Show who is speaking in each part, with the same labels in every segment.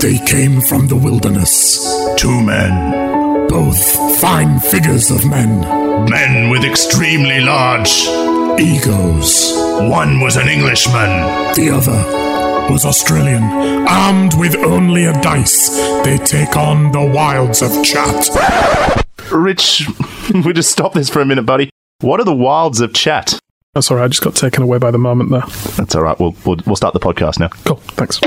Speaker 1: They came from the wilderness.
Speaker 2: Two men.
Speaker 1: Both fine figures of men,
Speaker 2: Men with extremely large.
Speaker 1: egos.
Speaker 2: One was an Englishman.
Speaker 1: The other was Australian. Armed with only a dice, they take on the wilds of chat.
Speaker 3: Rich, we'll just stop this for a minute, buddy. What are the wilds of chat?
Speaker 4: That's all right. I just got taken away by the moment there.
Speaker 3: That's all right. We'll, we'll, we'll start the podcast now.
Speaker 4: Cool. Thanks.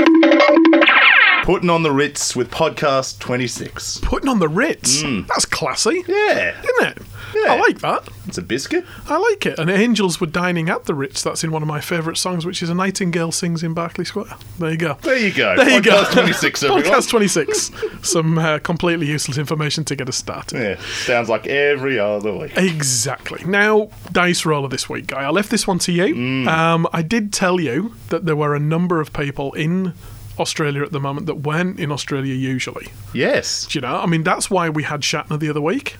Speaker 3: Putting on the Ritz with podcast 26.
Speaker 4: Putting on the Ritz.
Speaker 2: Hmm.
Speaker 4: That's classy,
Speaker 3: Yeah.
Speaker 4: isn't it?
Speaker 3: Yeah.
Speaker 4: I like that.
Speaker 3: It's a biscuit.
Speaker 4: I like it. And Angels Were Dining at the Ritz. That's in one of my favourite songs, which is A Nightingale Sings in Berkeley Square. There you go.
Speaker 3: There you go.
Speaker 4: There you go.
Speaker 3: Podcast 26, everyone.
Speaker 4: Podcast 26. Some uh, completely useless information to get us started.
Speaker 3: Yeah. Sounds like every other week.
Speaker 4: Exactly. Now, dice roller this week, guy. I left this one to you.
Speaker 3: Mm.
Speaker 4: Um, I did tell you that there were a number of people in Australia at the moment that weren't in Australia usually.
Speaker 3: Yes.
Speaker 4: Do you know? I mean, that's why we had Shatner the other week,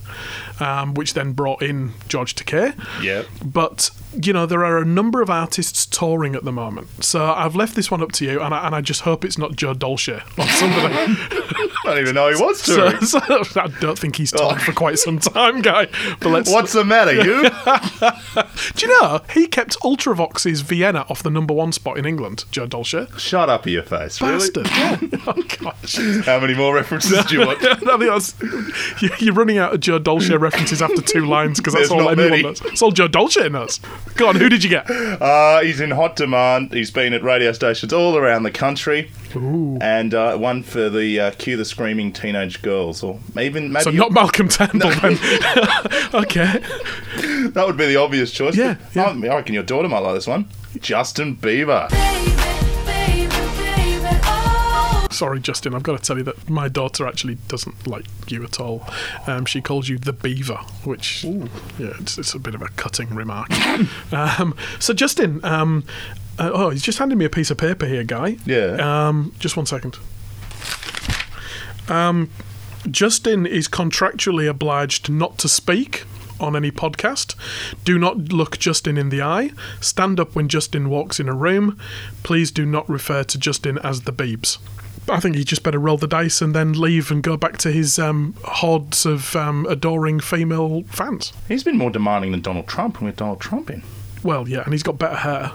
Speaker 4: um, which then brought in George Takei.
Speaker 3: Yep.
Speaker 4: But, you know, there are a number of artists touring at the moment. So I've left this one up to you, and I, and I just hope it's not Joe Dolce or somebody.
Speaker 3: I don't even know he was
Speaker 4: so,
Speaker 3: touring.
Speaker 4: so I don't think he's
Speaker 3: Oh.
Speaker 4: toured for quite some time, guy. But let's.
Speaker 3: What's the matter, you?
Speaker 4: Do you know he kept Ultravox's Vienna off the number one spot in England, Joe Dolce?
Speaker 3: Shut up in your face, really.
Speaker 4: Bastard. Yeah. oh, gosh.
Speaker 3: How many more references do you want?
Speaker 4: I think that's, you- you're running out of Joe Dolce references after two lines because that's
Speaker 3: There's
Speaker 4: all
Speaker 3: not
Speaker 4: anyone
Speaker 3: many.
Speaker 4: knows. It's all Joe Dolce knows. Go on, who did you get?
Speaker 3: Uh, he's in hot demand. He's been at radio stations all around the country, and uh, one for the uh, "Cue the Screaming Teenage Girls," or even maybe
Speaker 4: So not Malcolm Turnbull then. okay.
Speaker 3: that would be the obvious choice.
Speaker 4: Yeah,
Speaker 3: but
Speaker 4: yeah.
Speaker 3: I, I reckon your daughter might like this one. Justin Bieber.
Speaker 5: oh.
Speaker 4: Sorry, Justin, I've got to tell you that my daughter actually doesn't like you at all. Um, she calls you the beaver, which, yeah, it's, it's a bit of a cutting remark. um, so, Justin, um, uh, oh, he's just handed me a piece of paper here, Guy.
Speaker 3: Yeah.
Speaker 4: Um, just one second. Um, Justin is contractually obliged not to speak on any podcast. Do not look Justin in the eye. Stand up when Justin walks in a room. Please do not refer to Justin as the Beebs. I think he just better roll the dice and then leave and go back to his um, hordes of um, adoring female fans.
Speaker 3: He's been more demanding than Donald Trump, and we have Donald Trump in.
Speaker 4: Well, yeah, and he's got better hair.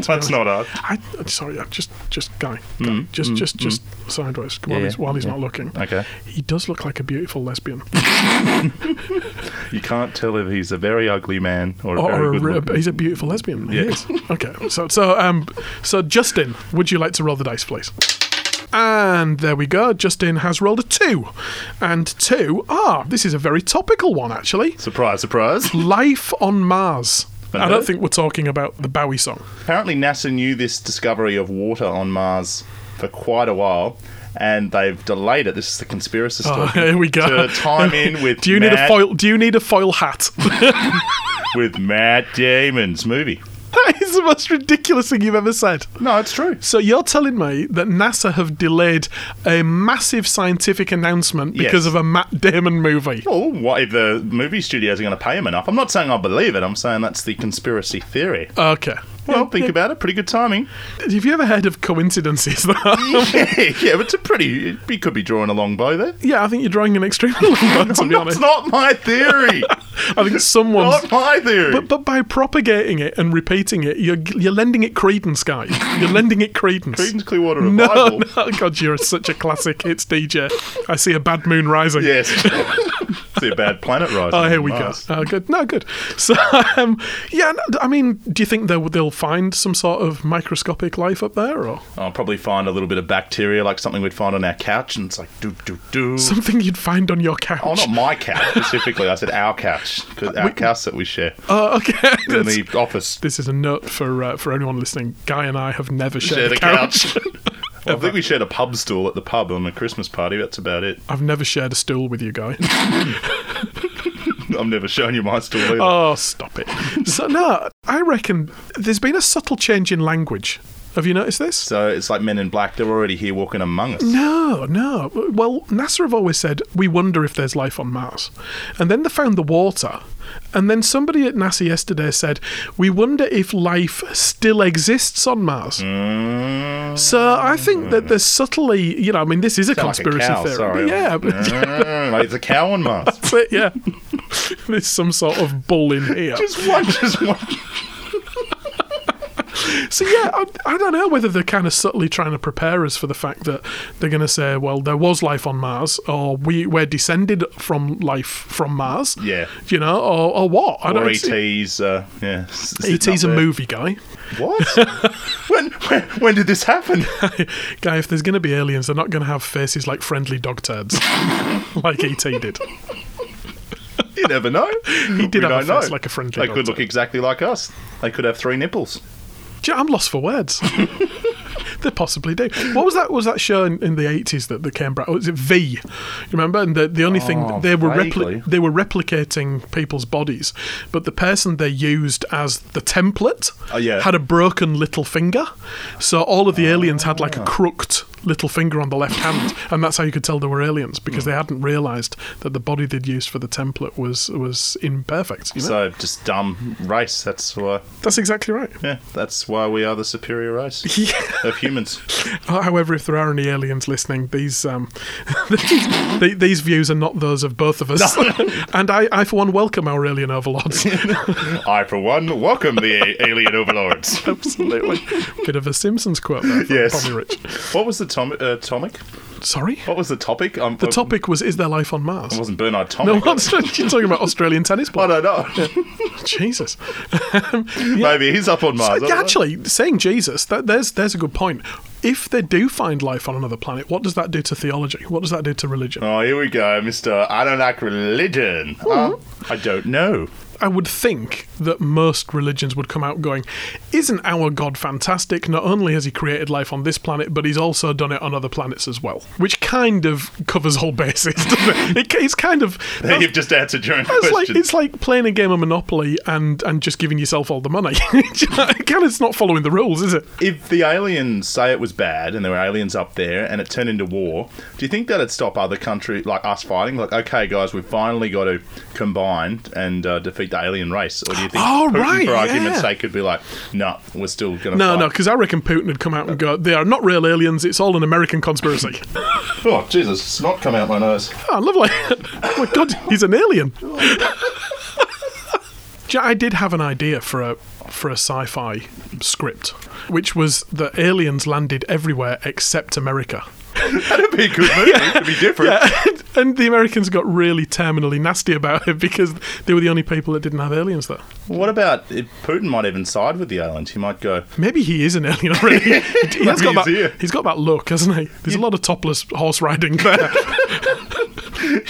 Speaker 3: That's not us.
Speaker 4: I, I'm sorry, I'm just, just guy, guy. just, just, just sideways while
Speaker 3: Mm, Yeah,
Speaker 4: he's while he's
Speaker 3: yeah.
Speaker 4: not looking.
Speaker 3: Okay.
Speaker 4: He does look like a beautiful lesbian,
Speaker 3: You can't tell if he's a very ugly man or a
Speaker 4: or,
Speaker 3: very
Speaker 4: or a
Speaker 3: good
Speaker 4: re-
Speaker 3: looking.
Speaker 4: he's a beautiful lesbian. He
Speaker 3: Yeah.
Speaker 4: is. Okay, so so um, so Justin, would you like to roll the dice, please? And there we go. Justin has rolled a two, and two. Ah, this is a very topical one actually.
Speaker 3: Surprise, surprise.
Speaker 4: Life on Mars. I
Speaker 3: Uh-huh.
Speaker 4: don't think we're talking about the Bowie song.
Speaker 3: Apparently, NASA knew this discovery of water on Mars for quite a while, and they've delayed it. This is the conspiracy story.
Speaker 4: Oh, here we go.
Speaker 3: To time in with
Speaker 4: Do you need a
Speaker 3: Matt-
Speaker 4: foil? Do you need a foil hat?
Speaker 3: with Matt Damon's movie.
Speaker 4: That is the most ridiculous thing you've ever said.
Speaker 3: No, it's true.
Speaker 4: So you're telling me that NASA have delayed a massive scientific announcement because
Speaker 3: Yes.
Speaker 4: of a Matt Damon movie?
Speaker 3: Well, what if the movie studios are going to pay him enough? I'm not saying I believe it. I'm saying that's the conspiracy theory.
Speaker 4: Okay.
Speaker 3: Well, think about it. Pretty good timing.
Speaker 4: Have you ever heard of coincidences? though?
Speaker 3: yeah, yeah, but it's a pretty. He could be drawing a long bow there.
Speaker 4: yeah, I think you're drawing an extremely long one, to be
Speaker 3: That's
Speaker 4: honest.
Speaker 3: not my theory.
Speaker 4: I think someone's.
Speaker 3: not my theory.
Speaker 4: But, but by propagating it and repeating it, you're, you're lending it credence, guy. You're lending it credence.
Speaker 3: Creedence Clearwater
Speaker 4: no,
Speaker 3: Revival.
Speaker 4: no, God, you're such a classic hits DJ. I see a bad moon rising.
Speaker 3: Yes. See a bad planet rising.
Speaker 4: Oh, here
Speaker 3: on
Speaker 4: we
Speaker 3: Mars.
Speaker 4: go. Oh, good. No, good. So, um, yeah, no, I mean, do you think they'll, they'll find some sort of microscopic life up there or
Speaker 3: I'll probably find a little bit of bacteria, like something we'd find on our couch, and it's like do do do.
Speaker 4: something you'd find on your couch?
Speaker 3: Mm. Oh, not my couch specifically. I said our couch because our couch that we share
Speaker 4: Oh, okay.
Speaker 3: in
Speaker 4: That's-
Speaker 3: the office.
Speaker 4: This is a note for uh, for anyone listening. Guy and I have never shared,
Speaker 3: Shared
Speaker 4: a
Speaker 3: a
Speaker 4: couch.
Speaker 3: couch. I think we shared a pub stool at the pub on a Christmas party. That's about it.
Speaker 4: I've never shared a stool with you, Guy.
Speaker 3: I've never shown you my stool either.
Speaker 4: Oh, stop it. So, no, I reckon there's been a subtle change in language Have you noticed this?
Speaker 3: So it's like Men in Black. They're already here walking among us.
Speaker 4: No, no. Well, NASA have always said, we wonder if there's life on Mars. And then they found the water. And then somebody at NASA yesterday said, we wonder if life still exists on Mars.
Speaker 3: Mm.
Speaker 4: So I think that they're subtly, you know, I mean, this is a
Speaker 3: Sound
Speaker 4: conspiracy
Speaker 3: like a cow,
Speaker 4: theory.
Speaker 3: Sorry.
Speaker 4: Yeah. but-
Speaker 3: Mm, like it's a cow on Mars.
Speaker 4: but yeah. There's some sort of bull in here.
Speaker 3: just one, just one.
Speaker 4: So yeah, I, I don't know whether they're kind of subtly trying to prepare us for the fact that they're going to say, well, there was life on Mars, or we we're descended from life from Mars.
Speaker 3: Yeah.
Speaker 4: you know, or, or what? I
Speaker 3: Or
Speaker 4: see-
Speaker 3: ET's, uh, yeah. s- sitting
Speaker 4: ET's a
Speaker 3: up there.
Speaker 4: movie guy.
Speaker 3: What? when, when, when did this happen?
Speaker 4: guy, if there's going to be aliens, they're not going to have faces like friendly dog turds, like ET did.
Speaker 3: You never know. He
Speaker 4: did
Speaker 3: we
Speaker 4: have a
Speaker 3: don't know.
Speaker 4: face like a friendly
Speaker 3: They could
Speaker 4: doctor.
Speaker 3: look exactly like us. They could have three nipples.
Speaker 4: Gee, I'm lost for words. they possibly do. What was that? Was that show in, in the eighties that, that came back? Oh, Was it V? You remember? And the, the only
Speaker 3: Oh,
Speaker 4: thing they were
Speaker 3: vaguely.
Speaker 4: repli- they were replicating people's bodies, but the person they used as the template
Speaker 3: Oh, yeah.
Speaker 4: had a broken little finger. So all of the aliens had like a
Speaker 3: Ah.
Speaker 4: crooked little finger on the left hand, and that's how you could tell they were aliens because
Speaker 3: Hmm.
Speaker 4: they hadn't realised that the body they'd used for the template was was imperfect. You know?
Speaker 3: So just dumb race. That's why.
Speaker 4: that's exactly right.
Speaker 3: Yeah, that's why we are the superior race of humans.
Speaker 4: However, if there are any aliens listening, these um, these, th- these views are not those of both of us. and I, I, for one, welcome our alien overlords.
Speaker 3: I, for one, welcome the a- alien overlords.
Speaker 4: Absolutely. Bit of a Simpsons quote there from
Speaker 3: Yes.
Speaker 4: Tommy Rich.
Speaker 3: What was the tom- uh, topic?
Speaker 4: Sorry?
Speaker 3: What was the topic? Um,
Speaker 4: The topic was Is there life on Mars?
Speaker 3: It wasn't Bernard Tomic.
Speaker 4: No, what's you're talking about Australian tennis
Speaker 3: I
Speaker 4: player?
Speaker 3: don't know.
Speaker 4: Jesus.
Speaker 3: Maybe he's up on Mars. I don't know.
Speaker 4: Actually, saying Jesus, that, there's there's a good point. If they do find life on another planet, what does that do to theology? What does that do to religion?
Speaker 3: Oh, here we go, Mr. I don't like religion. Huh? I don't know.
Speaker 4: I would think that most religions would come out going, Isn't our God fantastic? Not only has he created life on this planet, but he's also done it on other planets as well. Which kind of covers all bases, doesn't it? it it's kind of.
Speaker 3: You've just answered your own
Speaker 4: It's
Speaker 3: question.
Speaker 4: like, it's like playing a game of Monopoly and, and just giving yourself all the money. it kind of it's not following the rules, is it?
Speaker 3: if the aliens say it was bad and there were aliens up there and it turned into war, do you think that'd stop other country like us fighting? Like, okay, guys, we've finally got to combine and uh, defeat the alien race, or do you think
Speaker 4: Oh,
Speaker 3: Putin,
Speaker 4: right,
Speaker 3: for argument's
Speaker 4: yeah.
Speaker 3: sake, could be like, no, we're still going to
Speaker 4: No,
Speaker 3: fight.
Speaker 4: no, because I reckon Putin would come out and go, They are not real aliens, it's all an American conspiracy.
Speaker 3: Oh, Jesus, it's not come out my nose.
Speaker 4: Oh, lovely. oh my god, he's an alien. Do you know, I did have an idea for a for a sci-fi script, which was that aliens landed everywhere except America.
Speaker 3: That'd be a good movie. It'd be different.
Speaker 4: and, and the Americans got really terminally nasty about it because they were the only people that didn't have aliens there.
Speaker 3: What about if Putin might even side with the aliens? He might go,
Speaker 4: Maybe he is an alien already. He- he has
Speaker 3: Maybe
Speaker 4: got
Speaker 3: he's
Speaker 4: that,
Speaker 3: here.
Speaker 4: he's got that look, hasn't he? There's a lot of topless horse riding there.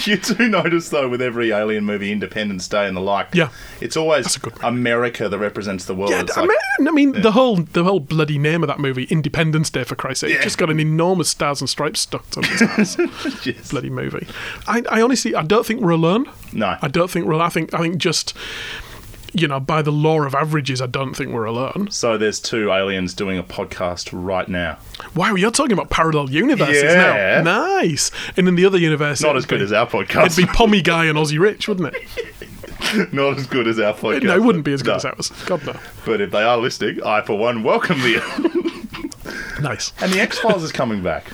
Speaker 3: You do notice though, with every alien movie, Independence Day and the like,
Speaker 4: Yeah.
Speaker 3: it's always
Speaker 4: a good one.
Speaker 3: America that represents the world.
Speaker 4: Yeah,
Speaker 3: it's
Speaker 4: I
Speaker 3: like,
Speaker 4: mean, I mean the whole the whole bloody name of that movie, Independence Day, for Christ's sake,
Speaker 3: Yeah.
Speaker 4: just got an enormous stars and stripes stuck to its ass.
Speaker 3: Yes.
Speaker 4: Bloody movie. I, I honestly, I don't think we're alone.
Speaker 3: No.
Speaker 4: I don't think we're. I think I think just you know by the law of averages, I don't think we're alone.
Speaker 3: so there's two aliens doing a podcast right now.
Speaker 4: Wow, you're talking about parallel universes
Speaker 3: Yeah.
Speaker 4: now. Nice. And in the other universe,
Speaker 3: Not
Speaker 4: it'd
Speaker 3: as good
Speaker 4: be-
Speaker 3: as our
Speaker 4: It'd
Speaker 3: podcast.
Speaker 4: be Pommy Guy and Aussie Rich, wouldn't it?
Speaker 3: Not as good as our podcast.
Speaker 4: no, it wouldn't be as good
Speaker 3: No.
Speaker 4: as ours. God no.
Speaker 3: But if they are listening, I for one welcome the.
Speaker 4: Nice.
Speaker 3: and the X Files is coming back.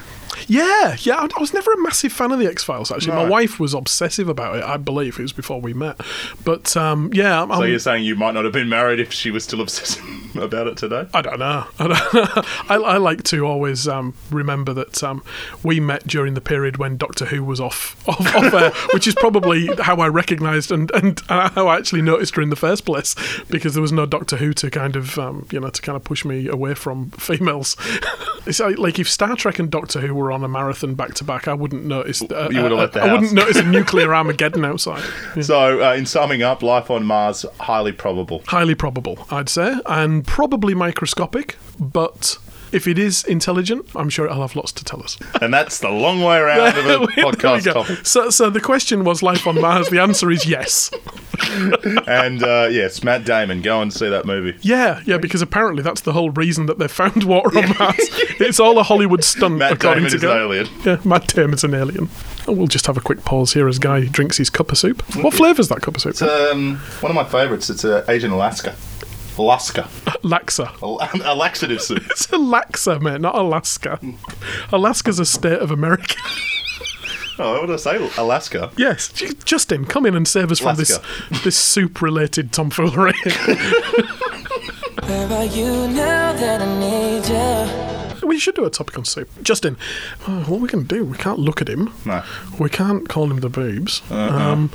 Speaker 4: Yeah, yeah. I, I was never a massive fan of the X Files. Actually, my
Speaker 3: No.
Speaker 4: wife was obsessive about it. I believe it was before we met. But um, yeah, I'm,
Speaker 3: So
Speaker 4: I'm-
Speaker 3: you're saying you might not have been married if she was still obsessed about it today?
Speaker 4: I don't know. I, don't know. I, I like to always um, remember that um, we met during the period when Doctor Who was off off, off air, which is probably how I recognised and, and uh, how I actually noticed her in the first place, because there was no Doctor Who to kind of um, you know to kind of push me away from females. it's like, like if Star Trek and Doctor Who were on a marathon back to back, I wouldn't notice. Uh,
Speaker 3: You would've
Speaker 4: uh,
Speaker 3: left the
Speaker 4: I
Speaker 3: house.
Speaker 4: wouldn't notice a nuclear Armageddon outside. Yeah.
Speaker 3: So, uh, in summing up, life on Mars highly probable.
Speaker 4: Highly probable, I'd say, and probably microscopic, but if it is intelligent, I'm sure it'll have lots to tell us.
Speaker 3: And that's the long way around of
Speaker 4: There
Speaker 3: a
Speaker 4: we
Speaker 3: podcast
Speaker 4: go.
Speaker 3: topic.
Speaker 4: So, so the question was life on Mars. The answer is yes.
Speaker 3: and uh, yes, Matt Damon, go and see that movie.
Speaker 4: Yeah, yeah, because apparently that's the whole reason that they found water on Mars. it's all a Hollywood stunt,
Speaker 3: Matt
Speaker 4: according
Speaker 3: Damon
Speaker 4: to
Speaker 3: is an
Speaker 4: Guy.
Speaker 3: alien.
Speaker 4: Yeah, Matt Damon's an alien. And we'll just have a quick pause here as Guy drinks his cup of soup. What flavour's that cup of soup?
Speaker 3: It's um, one of my favourites. It's uh, Asian Alaska. Alaska.
Speaker 4: Laxa.
Speaker 3: A, a laxative soup.
Speaker 4: It's a Laxa, mate, not Alaska.
Speaker 3: Hmm.
Speaker 4: Alaska's a state of America.
Speaker 3: Oh, what did I say? Alaska.
Speaker 4: yes, J- Justin, come in and save us from this this soup-related tomfoolery.
Speaker 5: Where are you now that I need you?
Speaker 4: we should do a topic on soup. Justin, uh, what we can do? We can't look at him.
Speaker 3: No. Uh-uh.
Speaker 4: We can't call him the boobs. Um,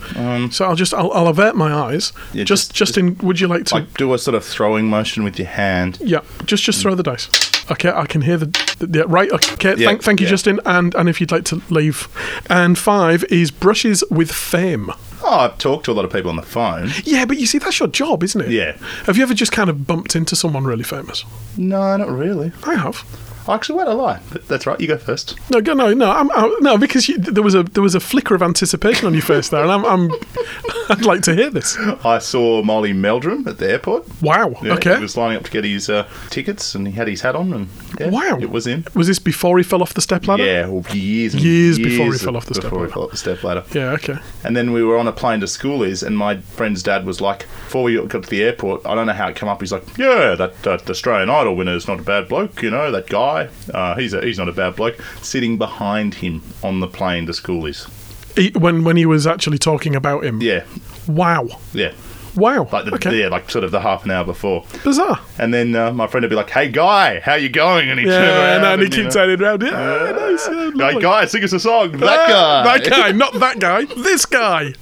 Speaker 4: so I'll just I'll, I'll avert my eyes.
Speaker 3: Yeah,
Speaker 4: just,
Speaker 3: just-
Speaker 4: Justin, would you like to?
Speaker 3: Like do a sort of throwing motion with your hand.
Speaker 4: yeah, just just throw the dice. Okay, I can hear the, the yeah, right. Okay,
Speaker 3: Yeah,
Speaker 4: thank, thank you,
Speaker 3: yeah.
Speaker 4: Justin, and and if you'd like to leave, and five is brushes with fame.
Speaker 3: Oh, I've talked to a lot of people on the phone.
Speaker 4: Yeah, but you see, that's your job, isn't it?
Speaker 3: Yeah.
Speaker 4: Have you ever just kind of bumped into someone really famous?
Speaker 3: No, not really.
Speaker 4: I have.
Speaker 3: Actually, wait, I lie. Th- That's right. You go first.
Speaker 4: No, go- no, no, I'm, i no, because you, there was a there was a flicker of anticipation on your face there, and I'm, I'm I'd like to hear this.
Speaker 3: I saw Molly Meldrum at the airport.
Speaker 4: Wow.
Speaker 3: Yeah,
Speaker 4: okay.
Speaker 3: He was lining up to get his uh, tickets, and he had his hat on, and yeah,
Speaker 4: wow.
Speaker 3: it was him.
Speaker 4: Was this before he fell off the stepladder?
Speaker 3: Yeah, well, years and
Speaker 4: Years before he fell off the
Speaker 3: before
Speaker 4: stepladder.
Speaker 3: he fell off the stepladder.
Speaker 4: Yeah. Okay.
Speaker 3: And then we were on a plane to schoolies, and my friend's dad was like, before we got to the airport, I don't know how it came up. He's like, yeah, that, that Australian Idol winner's not a bad bloke, you know, that guy. Uh, he's a, he's not a bad bloke. Sitting behind him on the plane to schoolies.
Speaker 4: He, when when he was actually talking about him.
Speaker 3: Yeah,
Speaker 4: Wow.
Speaker 3: yeah,
Speaker 4: Wow.
Speaker 3: like the,
Speaker 4: okay.
Speaker 3: yeah, like sort of the half an hour before.
Speaker 4: Bizarre.
Speaker 3: And then uh, my friend would be like, "Hey guy, how you going?" And he turned
Speaker 4: Yeah,
Speaker 3: around
Speaker 4: and, and he
Speaker 3: you
Speaker 4: keeps
Speaker 3: know,
Speaker 4: turning around. Yeah, nice, yeah,
Speaker 3: Hey
Speaker 4: lovely.
Speaker 3: guy, sing us a song.
Speaker 4: Ah,
Speaker 3: That guy.
Speaker 4: That guy. Not that guy. This guy.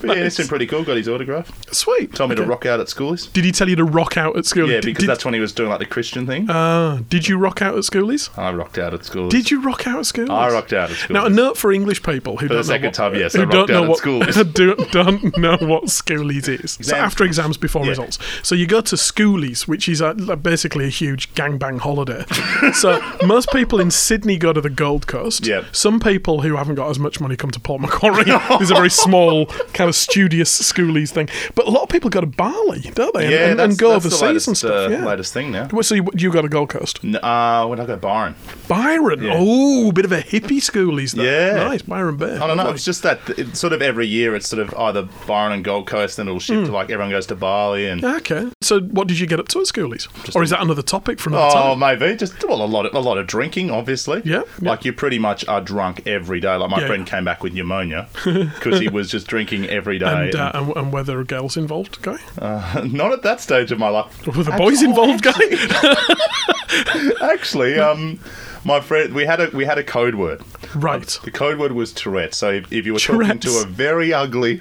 Speaker 3: But yeah, it's been pretty cool. Got his autograph.
Speaker 4: Sweet.
Speaker 3: Told me to
Speaker 4: Okay.
Speaker 3: rock out at schoolies.
Speaker 4: Did he tell you to rock out at school?
Speaker 3: Yeah,
Speaker 4: Did-
Speaker 3: because
Speaker 4: did,
Speaker 3: that's when he was doing like the Christian thing.
Speaker 4: Ah, did you rock out at schoolies?
Speaker 3: I rocked out at schoolies.
Speaker 4: Did you rock out at schoolies?
Speaker 3: I rocked out at schoolies.
Speaker 4: Now, a note for English people who
Speaker 3: For the
Speaker 4: don't
Speaker 3: second
Speaker 4: know what,
Speaker 3: time, yes,
Speaker 4: who
Speaker 3: I
Speaker 4: don't
Speaker 3: rocked
Speaker 4: know
Speaker 3: out at
Speaker 4: what
Speaker 3: schoolies.
Speaker 4: don't, don't know what schoolies is. So
Speaker 3: Exam
Speaker 4: after exams, before
Speaker 3: Yeah.
Speaker 4: results. So you go to schoolies, which is a, like, basically a huge gangbang holiday. so most people in Sydney go to the Gold Coast.
Speaker 3: Yep.
Speaker 4: Some people who haven't got as much money come to Port Macquarie. It's a very small kind of studious schoolies thing. But a lot of people go to Bali, don't they? And,
Speaker 3: yeah,
Speaker 4: and,
Speaker 3: that's,
Speaker 4: and go
Speaker 3: that's
Speaker 4: overseas
Speaker 3: the latest,
Speaker 4: and stuff.
Speaker 3: uh,
Speaker 4: yeah.
Speaker 3: latest thing now.
Speaker 4: Well, So you, you go to Gold Coast,
Speaker 3: N- Uh, when I go Byron,
Speaker 4: Byron.
Speaker 3: Yeah.
Speaker 4: Oh, bit of a hippie schoolies there.
Speaker 3: Yeah.
Speaker 4: nice Byron Bay.
Speaker 3: I don't know.
Speaker 4: Lovely.
Speaker 3: It's just that it, sort of every year it's sort of either Byron and Gold Coast, then it'll
Speaker 4: Hmm.
Speaker 3: shift to like everyone goes to Bali and
Speaker 4: Okay. So, what did you get up to at schoolies? or is that another topic for another
Speaker 3: Oh,
Speaker 4: time?
Speaker 3: maybe just well, a lot of a lot of drinking, obviously.
Speaker 4: Yeah, yeah.
Speaker 3: Like you pretty much are drunk every day. Like my
Speaker 4: Yeah,
Speaker 3: friend
Speaker 4: yeah.
Speaker 3: came back with pneumonia because he was just drinking every day.
Speaker 4: And, uh, and, and were there girls involved, guy?
Speaker 3: Uh, And not at that stage of my life.
Speaker 4: Were the boys involved, guy?
Speaker 3: Actually, um, my friend, we had a we had a code word.
Speaker 4: right.
Speaker 3: The code word was Tourette. So if, if you were talking to
Speaker 4: Tourette's.
Speaker 3: a very ugly,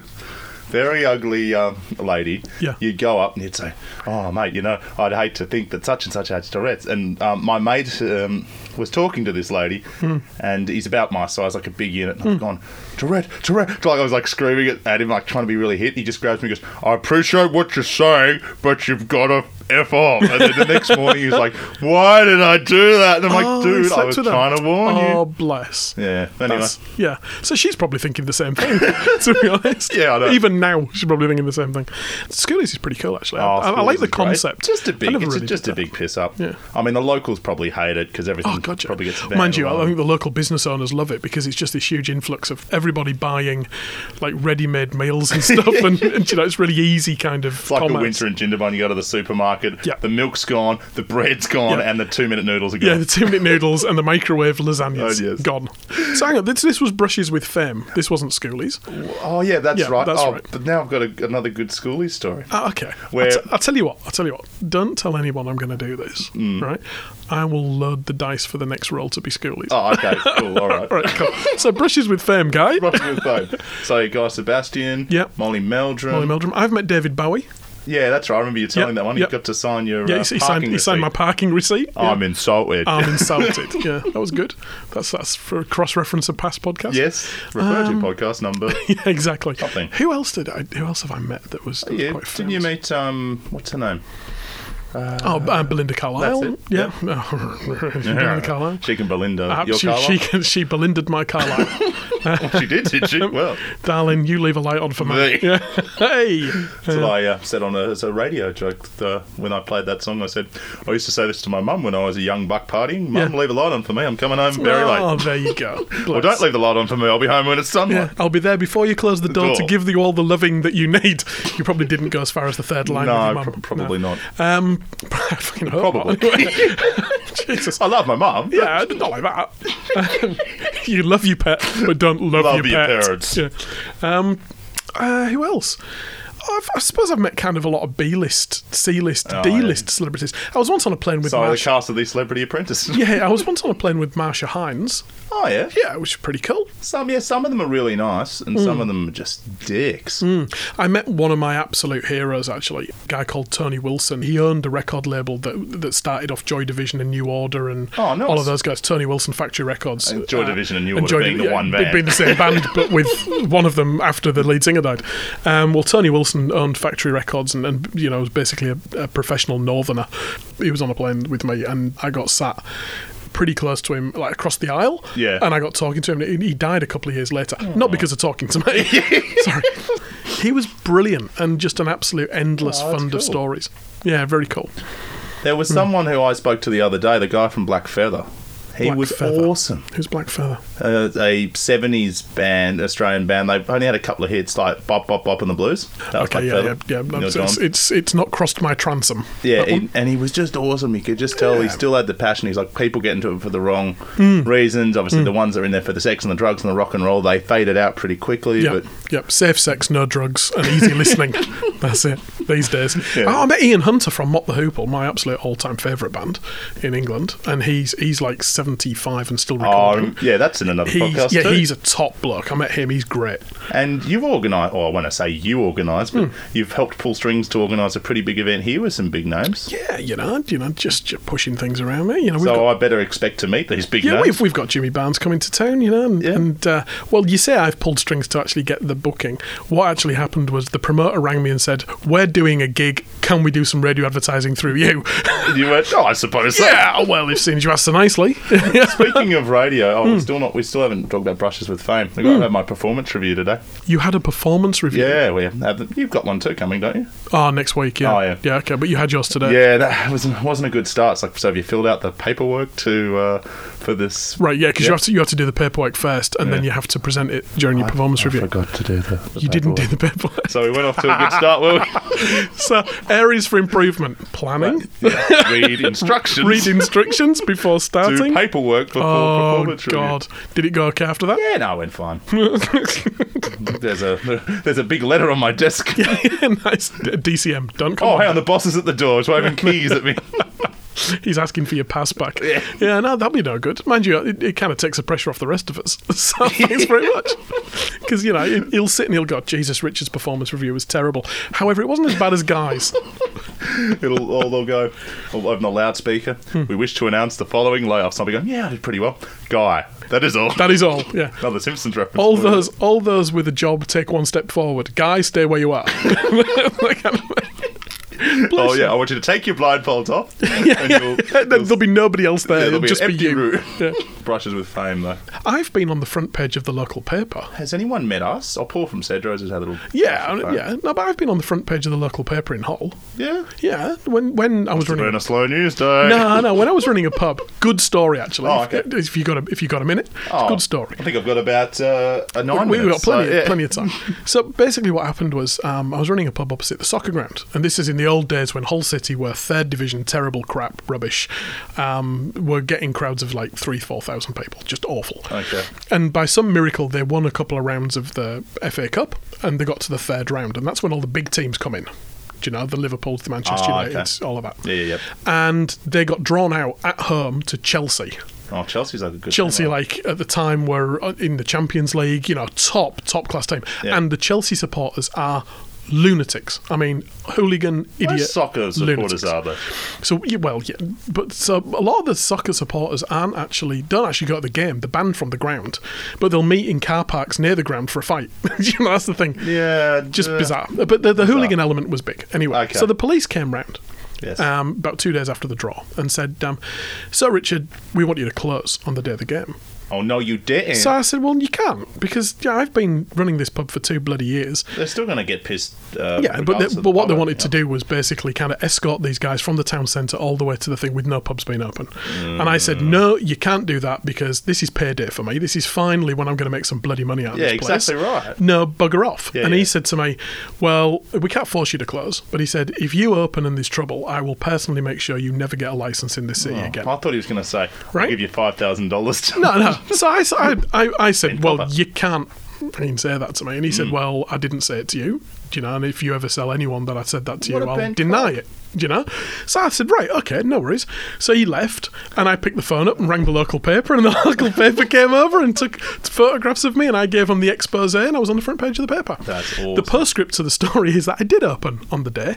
Speaker 3: very ugly um, lady,
Speaker 4: Yeah.
Speaker 3: you'd go up and you'd say, "Oh, mate, you know, I'd hate to think that such and such had Tourette's." And um, my mate um, was talking to this lady,
Speaker 4: Hmm.
Speaker 3: and he's about my size, like a big unit. And I've gone, "Tourette, Tourette!" Like I was like screaming at- at him, like trying to be really hit. He just grabs me, and goes, "I appreciate what you're saying, but you've got to." F off. And then the next morning he was like, Why did I do that? And I'm
Speaker 4: Oh,
Speaker 3: like, dude, I
Speaker 4: slept
Speaker 3: was
Speaker 4: with them.
Speaker 3: trying to warn
Speaker 4: oh,
Speaker 3: you.
Speaker 4: bless.
Speaker 3: Yeah. Anyway.
Speaker 4: That's- yeah. So she's probably thinking the same thing, to be honest.
Speaker 3: Yeah, I know.
Speaker 4: Even now, she's probably thinking the same thing. Schoolies is pretty cool, actually. I, I, I
Speaker 3: school
Speaker 4: like
Speaker 3: Oh, is
Speaker 4: the
Speaker 3: great.
Speaker 4: concept.
Speaker 3: Just a
Speaker 4: I
Speaker 3: big,
Speaker 4: never
Speaker 3: it's
Speaker 4: really
Speaker 3: just
Speaker 4: did
Speaker 3: a
Speaker 4: that.
Speaker 3: big piss up.
Speaker 4: Yeah.
Speaker 3: I mean, the locals probably hate it because everything
Speaker 4: Oh, gotcha.
Speaker 3: probably gets
Speaker 4: Mind you, I
Speaker 3: vandalised.
Speaker 4: think the local business owners love it because it's just this huge influx of everybody buying like ready-made meals and stuff, and, and you know it's really easy kind of
Speaker 3: It's like
Speaker 4: commerce.
Speaker 3: a winter and ginger bun. You go to the supermarket,
Speaker 4: Yeah.
Speaker 3: the milk's gone, the bread's gone,
Speaker 4: Yeah.
Speaker 3: and the two-minute noodles are
Speaker 4: Yeah,
Speaker 3: gone.
Speaker 4: the two-minute noodles and the microwave lasagnas
Speaker 3: Oh, yes.
Speaker 4: gone. So hang on, this, this was brushes with fame. This wasn't schoolies.
Speaker 3: oh, yeah, that's
Speaker 4: Yeah,
Speaker 3: right.
Speaker 4: that's
Speaker 3: oh,
Speaker 4: right.
Speaker 3: But now I've got a, another good schoolie story.
Speaker 4: Ah, okay.
Speaker 3: Where-
Speaker 4: I'll, t- I'll tell you what. I'll tell you what. Don't tell anyone I'm going to do this.
Speaker 3: Mm.
Speaker 4: Right. I will load the dice for the next roll to be schoolies.
Speaker 3: Oh, okay, cool, all right.
Speaker 4: All right, cool. so brushes with fame, guy.
Speaker 3: Rock and roll phone. So, Guy Sebastian,
Speaker 4: Yeah.
Speaker 3: Molly Meldrum.
Speaker 4: Molly Meldrum. I've met David Bowie.
Speaker 3: Yeah, that's right. I remember you telling
Speaker 4: Yeah,
Speaker 3: that one.
Speaker 4: yeah.
Speaker 3: You got to sign your
Speaker 4: Yeah,
Speaker 3: uh,
Speaker 4: he, he signed,
Speaker 3: parking
Speaker 4: he signed my
Speaker 3: receipt. Oh,
Speaker 4: parking receipt. yeah.
Speaker 3: I'm insulted.
Speaker 4: I'm Um, insulted. yeah, that was good. That's that's for a cross reference of past podcasts.
Speaker 3: yes, refer
Speaker 4: um,
Speaker 3: to podcast number.
Speaker 4: Yeah, exactly.
Speaker 3: Something. Oh,
Speaker 4: Who else did I? Who else have I met that was, that was
Speaker 3: yeah,
Speaker 4: quite famous?
Speaker 3: didn't you meet, um, what's her name?
Speaker 4: Oh, uh, Belinda Carlisle.
Speaker 3: that's it.
Speaker 4: Yeah, Belinda Carlisle.
Speaker 3: She and Belinda.
Speaker 4: Uh,
Speaker 3: Your
Speaker 4: she,
Speaker 3: Carlisle?
Speaker 4: she she Belindered my Carlisle.
Speaker 3: she did, did she? Well,
Speaker 4: Darling, you leave a light on for me.
Speaker 3: Hey.
Speaker 4: Yeah. hey.
Speaker 3: that's what I uh, said on a, as a radio joke uh, when I played that song. I said, I used to say this to my mum when I was a young buck partying. Mum,
Speaker 4: Yeah.
Speaker 3: leave a light on for me. I'm coming home very
Speaker 4: Oh,
Speaker 3: late.
Speaker 4: there you go.
Speaker 3: Well,
Speaker 4: Bless.
Speaker 3: don't leave the light on for me. I'll be home when it's sunlight.
Speaker 4: Yeah, I'll be there before you close the door, to
Speaker 3: door.
Speaker 4: give you all the loving that you need. You probably didn't go as far as the third line. with your
Speaker 3: No,
Speaker 4: mum.
Speaker 3: pr- probably not.
Speaker 4: not. Um, I fucking hope not.
Speaker 3: Probably.
Speaker 4: Jesus.
Speaker 3: I love my mum. but-
Speaker 4: Yeah, not like that. Um, you love your pet, but don't love,
Speaker 3: Love
Speaker 4: your,
Speaker 3: your
Speaker 4: pet.
Speaker 3: parents.
Speaker 4: Yeah. Um, uh, who else? I've, I suppose I've met kind of a lot of B-list, C-list,
Speaker 3: Oh,
Speaker 4: D-list celebrities. I was once on a plane with
Speaker 3: So the
Speaker 4: Marsha.
Speaker 3: cast of The Celebrity Apprentice.
Speaker 4: yeah, I was once on a plane with Marsha Hines.
Speaker 3: Oh yeah.
Speaker 4: Yeah, which is pretty cool.
Speaker 3: Some yeah, some of them are really nice, and
Speaker 4: Mm.
Speaker 3: some of them are just dicks.
Speaker 4: Hmm. I met one of my absolute heroes actually, a guy called Tony Wilson. He owned a record label that that started off Joy Division and New Order and
Speaker 3: Oh, nice.
Speaker 4: all of those guys. Tony Wilson Factory Records. Uh,
Speaker 3: And Joy Division and New Order
Speaker 4: Joy
Speaker 3: being the one
Speaker 4: be-
Speaker 3: band.
Speaker 4: Being the same band, but with one of them after the lead singer died. Um, well, Tony Wilson owned Factory Records and, and you know was basically a, a professional northerner. He was on a plane with me and I got sat. Pretty close to him, like across the aisle.
Speaker 3: Yeah.
Speaker 4: And I got talking to him. And he he died a couple of years later. Not because of talking to me. Sorry. He was brilliant and just an absolute endless
Speaker 3: Oh, that's
Speaker 4: fund of
Speaker 3: cool.
Speaker 4: stories. Yeah, very cool.
Speaker 3: There
Speaker 4: Hmm.
Speaker 3: was someone who I spoke to the other day, the guy from Black Feather. He
Speaker 4: Black
Speaker 3: was
Speaker 4: Feather.
Speaker 3: awesome.
Speaker 4: Who's Black Feather?
Speaker 3: Uh, a '70s band, Australian band. They only had a couple of hits, like "Bop Bop Bop" and the Blues. That was Black
Speaker 4: Okay, yeah, yeah,
Speaker 3: Feather.
Speaker 4: yeah.
Speaker 3: Neil
Speaker 4: It's,
Speaker 3: Diamond.
Speaker 4: it's, it's it's not crossed my transom.
Speaker 3: Yeah,
Speaker 4: That
Speaker 3: he,
Speaker 4: one.
Speaker 3: and he was just awesome. You could just tell he
Speaker 4: Yeah. Hmm.
Speaker 3: still had the passion. He's like, people get into it for the wrong reasons. Obviously, the ones that are in there for the sex and the drugs and the rock and roll, they faded out pretty quickly.
Speaker 4: Yep,
Speaker 3: But
Speaker 4: yep. Safe sex, no drugs, and easy listening. That's it these days.
Speaker 3: Yeah.
Speaker 4: Oh, I met Ian Hunter from Mott the Hoople, my absolute all-time favourite band in England, and he's he's like seventy-five and still recording.
Speaker 3: oh, yeah, that's in another podcast
Speaker 4: he's, yeah,
Speaker 3: too.
Speaker 4: he's a top bloke. I met him. He's great.
Speaker 3: and you've organised, or when I say you organised, but
Speaker 4: Hmm.
Speaker 3: you've helped pull strings to organise a pretty big event here with some big names.
Speaker 4: Yeah, you know, you know, just, just pushing things around me. You know, we've
Speaker 3: so uh,
Speaker 4: got
Speaker 3: I better expect to meet these big
Speaker 4: Yeah,
Speaker 3: names.
Speaker 4: we've, we've got Jimmy Barnes coming to town, you know. And,
Speaker 3: Yeah.
Speaker 4: and uh, well, you say I've pulled strings to actually get the booking. What actually happened was the promoter rang me and said, We're doing a gig. Can we do some radio advertising through you?
Speaker 3: You went, oh, I suppose so.
Speaker 4: yeah, well, as soon as you asked so nicely.
Speaker 3: Speaking of radio, oh,
Speaker 4: Hmm.
Speaker 3: we're still not. We still haven't talked about brushes with fame. I got to have my performance review today.
Speaker 4: you had a performance review.
Speaker 3: Yeah, we have. You've got one too coming, don't you?
Speaker 4: Oh, next week, yeah.
Speaker 3: Oh, yeah.
Speaker 4: okay, but you had yours today.
Speaker 3: Yeah, that was wasn't a good start. It's like, so have you filled out the paperwork to uh, for this?
Speaker 4: Right, yeah, because you
Speaker 3: Yeah.
Speaker 4: have to you have to do the paperwork first, and then you have to present it during your performance review.
Speaker 3: forgot to do that.
Speaker 4: you didn't do the paperwork,
Speaker 3: So we went off to a good start. Were we?
Speaker 4: so areas for improvement: planning,
Speaker 3: Yeah, Read instructions.
Speaker 4: read instructions before
Speaker 3: do
Speaker 4: starting,
Speaker 3: paperwork before
Speaker 4: Oh
Speaker 3: performance review.
Speaker 4: God! Did it go okay after that?
Speaker 3: Yeah, no, I went fine. there's a there's a big letter on my desk.
Speaker 4: nice. DCM, done. Come
Speaker 3: Oh,
Speaker 4: on.
Speaker 3: hey, on the boss is at the door. He's waving keys at me.
Speaker 4: He's asking for your pass back. Yeah, yeah no, that'd be no good. Mind you, it, it kind of takes the pressure off the rest of us. So thanks very much. Because, you know, he- he'll sit and he'll go, Jesus, Richard's performance review was terrible. However, it wasn't as bad as Guy's.
Speaker 3: It'll all they'll go. Oh, I'll open the loudspeaker.
Speaker 4: Hmm.
Speaker 3: We wish to announce the following layoffs. I'll be going. Yeah, I did pretty well, guy. That is all.
Speaker 4: That is all, yeah.
Speaker 3: Another Simpsons reference.
Speaker 4: All those, all those with a job, take one step forward. Guy, stay where you are. That kind of thing. Bless
Speaker 3: Oh
Speaker 4: you.
Speaker 3: yeah, I want you to take your blindfolds off. and
Speaker 4: Yeah,
Speaker 3: you'll-
Speaker 4: There- There'll be nobody else there.
Speaker 3: there'll
Speaker 4: It'll
Speaker 3: be
Speaker 4: uh, just
Speaker 3: an
Speaker 4: be
Speaker 3: empty
Speaker 4: you.
Speaker 3: room.
Speaker 4: Yeah.
Speaker 3: Brushes with fame though.
Speaker 4: I've been on the front page of the local paper.
Speaker 3: Has anyone met us? Or Paul from Cedros has had a little.
Speaker 4: Yeah,
Speaker 3: brush with
Speaker 4: I-
Speaker 3: fame.
Speaker 4: yeah. No, but I've been on the front page of the local paper in Hull.
Speaker 3: yeah.
Speaker 4: Yeah, when when I was
Speaker 3: Been
Speaker 4: running.
Speaker 3: a slow news day.
Speaker 4: No, no. When I was running a pub, good story actually.
Speaker 3: Oh, okay.
Speaker 4: If- If you got a, if you got a minute, it's a
Speaker 3: Oh,
Speaker 4: good story.
Speaker 3: I think I've got about uh, a nine.
Speaker 4: We- We've got
Speaker 3: minutes,
Speaker 4: plenty,
Speaker 3: so, yeah.
Speaker 4: plenty of time. So basically, what happened was um, I was running a pub opposite the soccer ground, and this is in the old days when Hull City were third division, terrible crap, rubbish. Um, were getting crowds of like three, four thousand people, just awful.
Speaker 3: Okay.
Speaker 4: And by some miracle, they won a couple of rounds of the FA Cup, and they got to the third round, and that's when all the big teams come in. Do you know the Liverpools, the Manchester
Speaker 3: Ah, okay.
Speaker 4: Uniteds, all of that?
Speaker 3: Yeah, yeah, yeah.
Speaker 4: And they got drawn out at home to Chelsea.
Speaker 3: Oh, Chelsea's like a good.
Speaker 4: Chelsea,
Speaker 3: team,
Speaker 4: like at the time, were uh, in the Champions League, you know, top, top class team.
Speaker 3: Yeah.
Speaker 4: And the Chelsea supporters are lunatics. I mean, hooligan,
Speaker 3: Most
Speaker 4: idiot.
Speaker 3: soccer
Speaker 4: lunatics.
Speaker 3: supporters are they?
Speaker 4: So, yeah, well, yeah. But so a lot of the soccer supporters aren't actually, don't actually go to the game. They're banned from the ground, but they'll meet in car parks near the ground for a fight. you know, that's the thing.
Speaker 3: Yeah,
Speaker 4: Just
Speaker 3: uh,
Speaker 4: bizarre. But the, the hooligan element was big. Anyway,
Speaker 3: Okay.
Speaker 4: so the police came round
Speaker 3: Yes.
Speaker 4: um, about two days after the draw and said, um, So, Richard, we want you to close on the day of the game.
Speaker 3: Oh no, you didn't.
Speaker 4: So I said, well, you can't because yeah, I've been running this pub for two bloody years.
Speaker 3: They're still going to get pissed. Uh,
Speaker 4: Yeah, but,
Speaker 3: regardless
Speaker 4: they,
Speaker 3: of
Speaker 4: but what they
Speaker 3: product,
Speaker 4: wanted to
Speaker 3: yeah.
Speaker 4: do was basically kind of escort these guys from the town centre all the way to the thing with no pubs being open. And I
Speaker 3: Mm.
Speaker 4: said, no, you can't do that because this is payday for me. This is finally when I'm going to make some bloody money out of
Speaker 3: Yeah,
Speaker 4: this place.
Speaker 3: exactly right.
Speaker 4: No, bugger off.
Speaker 3: Yeah,
Speaker 4: and he
Speaker 3: yeah.
Speaker 4: said to me, well, we can't force you to close. But he said, if you open and there's trouble, I will personally make sure you never get a licence in this city again.
Speaker 3: Oh, I thought he was going to say,
Speaker 4: Right?
Speaker 3: "I'll give you five thousand dollars."
Speaker 4: No, no. So I, I, I, I said, well,
Speaker 3: proper. Mm.
Speaker 4: you can't fucking say that to me. And he said, well, I didn't say it to you. Do you know? And if you ever sell anyone that I said that to
Speaker 3: What
Speaker 4: you,
Speaker 3: a
Speaker 4: I'll
Speaker 3: bent
Speaker 4: deny it. Do you know? So I said, right, okay, no worries. So he left, and I picked the phone up and rang the local paper, and the local paper came over and took photographs of me, and I gave them the expose, and I was on the front page of the paper.
Speaker 3: That's
Speaker 4: The
Speaker 3: awesome.
Speaker 4: postscript to the story is that I did open on the day,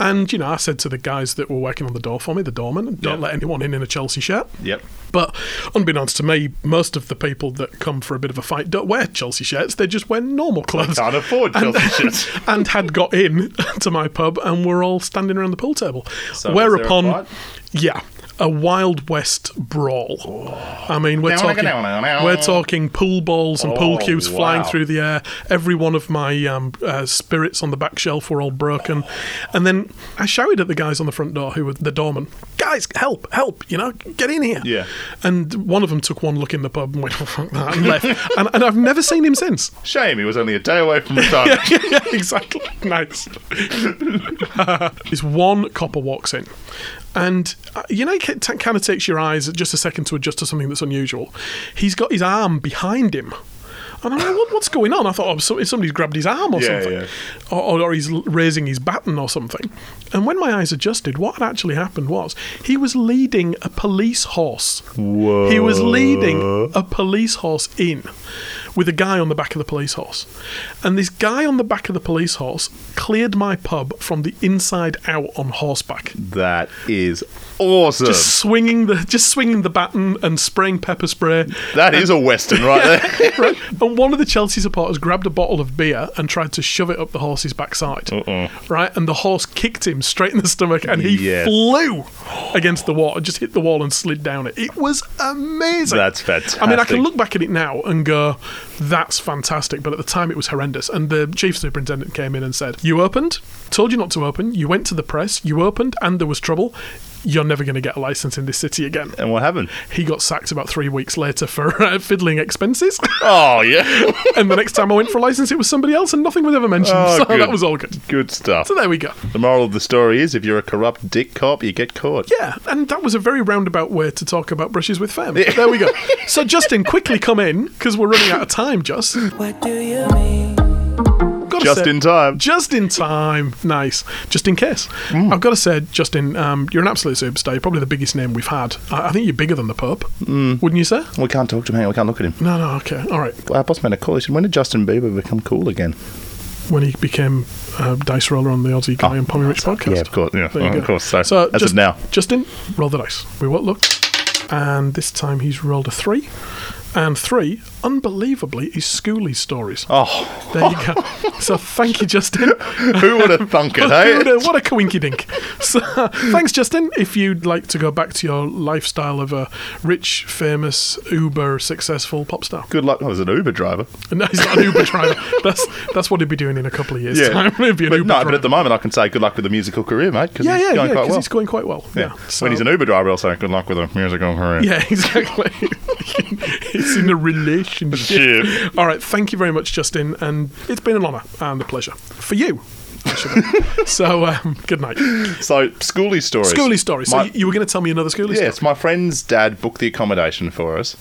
Speaker 4: and, you know, I said to the guys that were working on the door for me, the doorman, don't
Speaker 3: Yeah.
Speaker 4: let anyone in in a Chelsea shirt.
Speaker 3: Yep.
Speaker 4: But unbeknownst to me, most of the people that come for a bit of a fight don't wear Chelsea shirts. They just wear normal clothes.
Speaker 3: can't afford Chelsea shirts.
Speaker 4: and had got in to my pub and were all standing around the pool table.
Speaker 3: So was there a
Speaker 4: Whereupon,
Speaker 3: fight?
Speaker 4: yeah, a Wild West brawl.
Speaker 3: Oh.
Speaker 4: I mean, we're talking we're talking pool balls and pool
Speaker 3: Oh,
Speaker 4: cues flying
Speaker 3: wow.
Speaker 4: through the air. Every one of my um, uh, spirits on the back shelf were all broken, and then I shouted at the guys on the front door who were the doorman. Guys, help! Help! You know, get in here.
Speaker 3: Yeah.
Speaker 4: And one of them took one look in the pub and went, "Oh, fuck that, and left. and, and I've never seen him since.
Speaker 3: Shame he was only a day away from retirement.
Speaker 4: yeah, exactly. Nice. this one copper walks in, and uh, you know, it t- kind of takes your eyes just a second to adjust to something that's unusual. He's got his arm behind him. And I'm like, what, what's going on? I thought oh, so- somebody's grabbed his arm or
Speaker 3: Yeah,
Speaker 4: something.
Speaker 3: yeah.
Speaker 4: Or, or, or he's l- raising his baton or something. And when my eyes adjusted, what had actually happened was he was leading a police horse. Whoa. He was leading a police horse in with a guy on the back of the police horse. And this guy on the back of the police horse cleared my pub from the inside out on horseback.
Speaker 3: That is awesome.
Speaker 4: Just swinging the just swinging the baton and spraying pepper spray.
Speaker 3: that is a western right there.
Speaker 4: Right. And one of the Chelsea supporters grabbed a bottle of beer and tried to shove it up the horse's backside.
Speaker 3: Uh-oh.
Speaker 4: Right, and the horse kicked him straight in the stomach, and he
Speaker 3: Yes.
Speaker 4: flew against the wall and just hit the wall and slid down it. It was amazing.
Speaker 3: That's
Speaker 4: I mean, I
Speaker 3: fantastic.
Speaker 4: can look back at it now and go, "That's fantastic," but at the time it was horrendous. And the chief superintendent came in and said, "You opened, told you not to open. You went to the press, you opened, and there was trouble." You're never going to get a license in this city again.
Speaker 3: and what happened?
Speaker 4: He got sacked about three weeks later for uh, fiddling expenses.
Speaker 3: Oh yeah,
Speaker 4: and the next time I went for a license, it was somebody else, and nothing was ever mentioned.
Speaker 3: Oh,
Speaker 4: so
Speaker 3: good.
Speaker 4: that was all good.
Speaker 3: good stuff.
Speaker 4: So there we go.
Speaker 3: The moral of the story is: if you're a corrupt dick cop, you get caught.
Speaker 4: Yeah, and that was a very roundabout way to talk about brushes with femme. There we go. So Justin, quickly come in because we're running out of time. Just
Speaker 5: What do you mean?
Speaker 4: gotta
Speaker 3: Just
Speaker 4: say-
Speaker 3: in time.
Speaker 4: Just in time. Nice. Just in case. I've got to say, Justin, um, you're an absolute superstar. You're probably the biggest name we've had. I, I think you're bigger than the Pope, wouldn't you say?
Speaker 3: We can't talk to him. Hang on, we can't look at him.
Speaker 4: No, no, okay. All right.
Speaker 3: Our boss made a call. He said, "When did Justin Bieber become cool again?"
Speaker 4: When he became uh, dice roller on the Aussie Guy and Pommy Rich podcast.
Speaker 3: Yeah, of course. Yeah,
Speaker 4: There you
Speaker 3: of
Speaker 4: go.
Speaker 3: course. So, as
Speaker 4: just,
Speaker 3: of now,
Speaker 4: Justin, roll the dice. We won't look. And this time he's rolled a three. And three, unbelievably, is Schooley stories.
Speaker 3: oh,
Speaker 4: There you go. so thank you, Justin.
Speaker 3: who would have thunk it? hey?
Speaker 4: what, a, what a coinky dink. So, thanks, Justin. If you'd like to go back to your lifestyle of a rich, famous, uber successful pop star.
Speaker 3: Good luck. I was an Uber driver.
Speaker 4: No, he's not an Uber driver. That's that's what he'd be doing in a couple of years' time. He'd be an
Speaker 3: but,
Speaker 4: Uber
Speaker 3: no,
Speaker 4: driver.
Speaker 3: but at the moment, I can say good luck with the musical career, mate. Because
Speaker 4: yeah,
Speaker 3: he's
Speaker 4: yeah, yeah,
Speaker 3: going quite
Speaker 4: because
Speaker 3: well.
Speaker 4: he's going quite well. Yeah. So-
Speaker 3: When he's an Uber driver, I'll say good luck with a musical career.
Speaker 4: Yeah, exactly. it's in a relationship.
Speaker 3: Shit.
Speaker 4: All right, thank you very much, Justin, and it's been an honour and a pleasure for you. I should add. so, um, good night.
Speaker 3: So schoolie stories.
Speaker 4: Schoolie story. So
Speaker 3: My-
Speaker 4: you, you were going to tell me another schoolie
Speaker 3: Yes, my friend's dad booked the accommodation for us,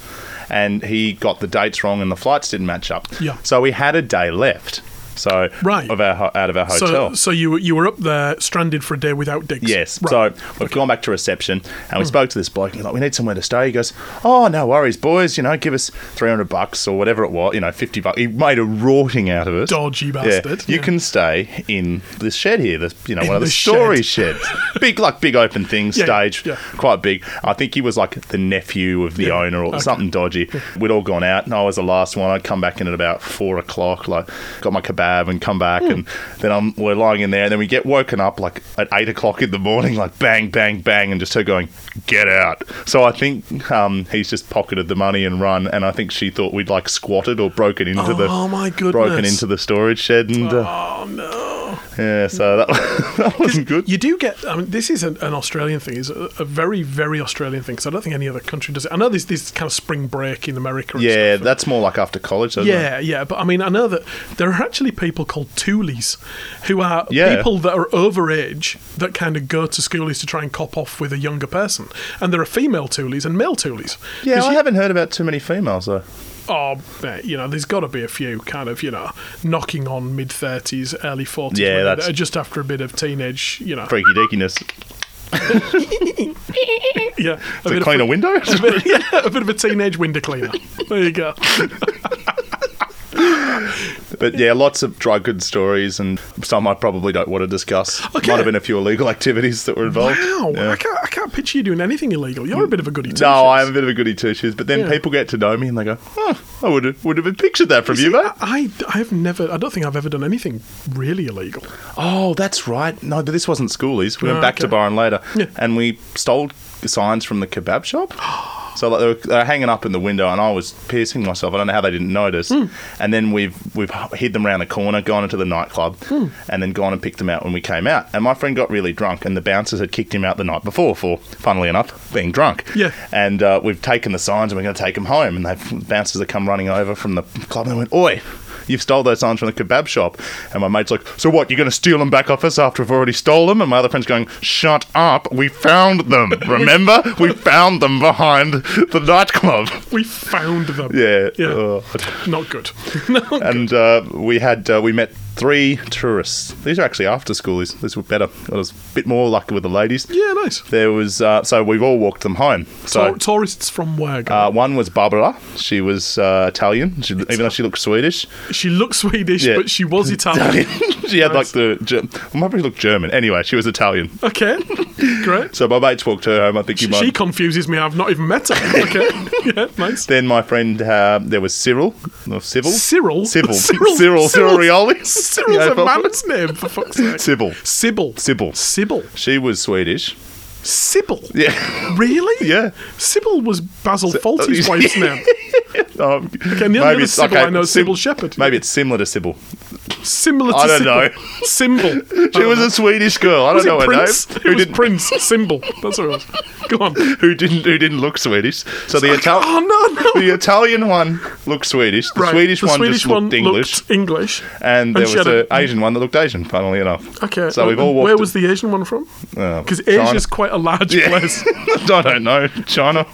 Speaker 3: and he got the dates wrong, and the flights didn't match up.
Speaker 4: Yeah.
Speaker 3: So we had a day left. So
Speaker 4: Right.
Speaker 3: of our ho- out of our
Speaker 4: story.
Speaker 3: hotel.
Speaker 4: So, so you were- you were up there stranded for a day without digs.
Speaker 3: Yes.
Speaker 4: Right. Hmm.
Speaker 3: So we've gone back to reception and we spoke to this bloke and he's like, we need somewhere to stay. He goes, oh, no worries, boys. You know, give us 300 bucks or whatever it was, you know, 50 bucks. He made a rorting out of us.
Speaker 4: Dodgy
Speaker 3: Yeah.
Speaker 4: bastard.
Speaker 3: You
Speaker 4: Yeah.
Speaker 3: can stay in this shed here, this, you know,
Speaker 4: In
Speaker 3: one of the,
Speaker 4: the
Speaker 3: story sheds. big, like, big open thing,
Speaker 4: Yeah,
Speaker 3: stage,
Speaker 4: yeah.
Speaker 3: quite big. I think he was like the nephew of the
Speaker 4: Yeah,
Speaker 3: owner or
Speaker 4: okay.
Speaker 3: something dodgy. We'd all gone out and I was the last one. I'd come back in at about four o'clock, like, got my kebab cab and come
Speaker 4: Hmm.
Speaker 3: back, and then I'm, we're lying in there, and then we get woken up like at eight o'clock in the morning, like bang, bang, bang, and just her going, "Get out!" So I think um, he's just pocketed the money and run, and I think she thought we'd like squatted or broken into the
Speaker 4: Oh, my
Speaker 3: broken
Speaker 4: goodness.
Speaker 3: into the storage shed, and uh,
Speaker 4: Oh no!
Speaker 3: yeah, so that, that wasn't good.
Speaker 4: You do get. I mean, this is an, an Australian thing. It's a, a very, very Australian thing. Because I don't think any other country does it. I know there's this kind of spring break in America. And
Speaker 3: Yeah,
Speaker 4: stuff,
Speaker 3: that's more like after college. Doesn't it?
Speaker 4: Yeah, yeah, but I mean, I know that there are actually people called toolies who are
Speaker 3: Yeah.
Speaker 4: people that are over age that kind of go to schoolies to try and cop off with a younger person. And there are female toolies and male toolies.
Speaker 3: Yeah,
Speaker 4: 'Cause
Speaker 3: I
Speaker 4: you-
Speaker 3: haven't heard about too many females though.
Speaker 4: Oh, mate, you know, there's got to be a few kind of, you know, knocking on mid 30s, early 40s.
Speaker 3: Yeah,
Speaker 4: women
Speaker 3: that's-
Speaker 4: that are just after a bit of teenage, you know.
Speaker 3: Freaky deakiness.
Speaker 4: Yeah, a
Speaker 3: To
Speaker 4: bit,
Speaker 3: clean a
Speaker 4: of,
Speaker 3: window?
Speaker 4: yeah, a bit of a teenage window cleaner. There you go.
Speaker 3: but yeah, lots of dry goods stories and some I probably don't want to discuss.
Speaker 4: Okay.
Speaker 3: Might have been a few illegal activities that were involved.
Speaker 4: Wow,
Speaker 3: Yeah.
Speaker 4: I, can't, I can't picture you doing anything illegal. You're a bit of a goody two-shoes.
Speaker 3: No, I'm a bit of a goody two shoes, but then
Speaker 4: Yeah.
Speaker 3: people get to know me and they go, oh, I would have, would have pictured that from you, mate.
Speaker 4: I, I have never, I don't think I've ever done anything really illegal.
Speaker 3: Oh, that's right. No, but this wasn't schoolies. We
Speaker 4: Oh,
Speaker 3: went back to
Speaker 4: okay.
Speaker 3: Byron later
Speaker 4: Yeah.
Speaker 3: and we stole signs from the kebab shop. So like, they, were, they were hanging up in the window, and I was piercing myself. I don't know how they didn't notice.
Speaker 4: Hmm.
Speaker 3: And then we've we've hid them around the corner, gone into the nightclub,
Speaker 4: Hmm.
Speaker 3: and then gone and picked them out when we came out. And my friend got really drunk, and the bouncers had kicked him out the night before for, funnily enough, being drunk.
Speaker 4: Yeah.
Speaker 3: And uh, we've taken the signs, and we're going to take them home. And the bouncers have come running over from the club, and they went, "Oi, you've stole those signs from the kebab shop." And my mate's like, "So what? You're going to steal them back off us after we've already stole them?" And my other friend's going, "Shut up! We found them. Remember, we found them behind the nightclub."
Speaker 4: We found them.
Speaker 3: Yeah.
Speaker 4: Yeah.
Speaker 3: Oh.
Speaker 4: Not good. No.
Speaker 3: And uh, we had uh, we met three tourists. These are actually after schoolies. These were better. I was a bit more lucky with the ladies.
Speaker 4: yeah, nice.
Speaker 3: There was uh, so we've all walked them home. So
Speaker 4: Tor- tourists from where? guys?
Speaker 3: Uh, one was Barbara. She was uh, Italian, she, even though she looked Swedish.
Speaker 4: she looked Swedish,
Speaker 3: yeah.
Speaker 4: but she was Italian.
Speaker 3: she had
Speaker 4: Nice.
Speaker 3: like the. Ge- well, maybe she looked German. Anyway, she was Italian.
Speaker 4: okay, great.
Speaker 3: So my mates walked her home. I think you might.
Speaker 4: She confuses me. I've not even met her. Okay, yeah, nice.
Speaker 3: then my friend, uh, there was Cyril. Or Civil?
Speaker 4: Cyril?
Speaker 3: Civil.
Speaker 4: Cyril-
Speaker 3: Cyril. Cyril
Speaker 4: Cyril's-
Speaker 3: Rioli.
Speaker 4: Cyril's
Speaker 3: Yeah,
Speaker 4: a man's name, for fuck's sake.
Speaker 3: Sybil.
Speaker 4: Sybil.
Speaker 3: Sybil.
Speaker 4: Sybil.
Speaker 3: She was Swedish.
Speaker 4: Sybil.
Speaker 3: Yeah.
Speaker 4: Really?
Speaker 3: Yeah. oh,
Speaker 4: Sybil was Basil Fawlty's wife's name.
Speaker 3: Um,
Speaker 4: Okay, and the only other Sybil I know is
Speaker 3: Sim-
Speaker 4: Sybil Shepherd.
Speaker 3: Maybe it's similar to Sybil.
Speaker 4: Similar to
Speaker 3: I don't
Speaker 4: Sybil.
Speaker 3: know.
Speaker 4: Symbol.
Speaker 3: She was a Swedish girl. I
Speaker 4: Uh-huh. Was
Speaker 3: don't know
Speaker 4: it
Speaker 3: her
Speaker 4: Prince?
Speaker 3: name.
Speaker 4: It was Prince. Symbol. That's what it was. Go on.
Speaker 3: who didn't who didn't look Swedish. So the Italian
Speaker 4: Oh, no, no.
Speaker 3: the Italian one looked Swedish. The
Speaker 4: Right,
Speaker 3: Swedish
Speaker 4: the
Speaker 3: one
Speaker 4: Swedish
Speaker 3: just looked
Speaker 4: one
Speaker 3: English,
Speaker 4: looked English.
Speaker 3: and there
Speaker 4: she
Speaker 3: was
Speaker 4: had
Speaker 3: an Asian one that looked Asian. Funnily enough.
Speaker 4: Okay. um,
Speaker 3: So we've all walked.
Speaker 4: Where was the Asian one from?
Speaker 3: Oh,
Speaker 4: Because
Speaker 3: China.
Speaker 4: Asia's quite a large place.
Speaker 3: I don't know China.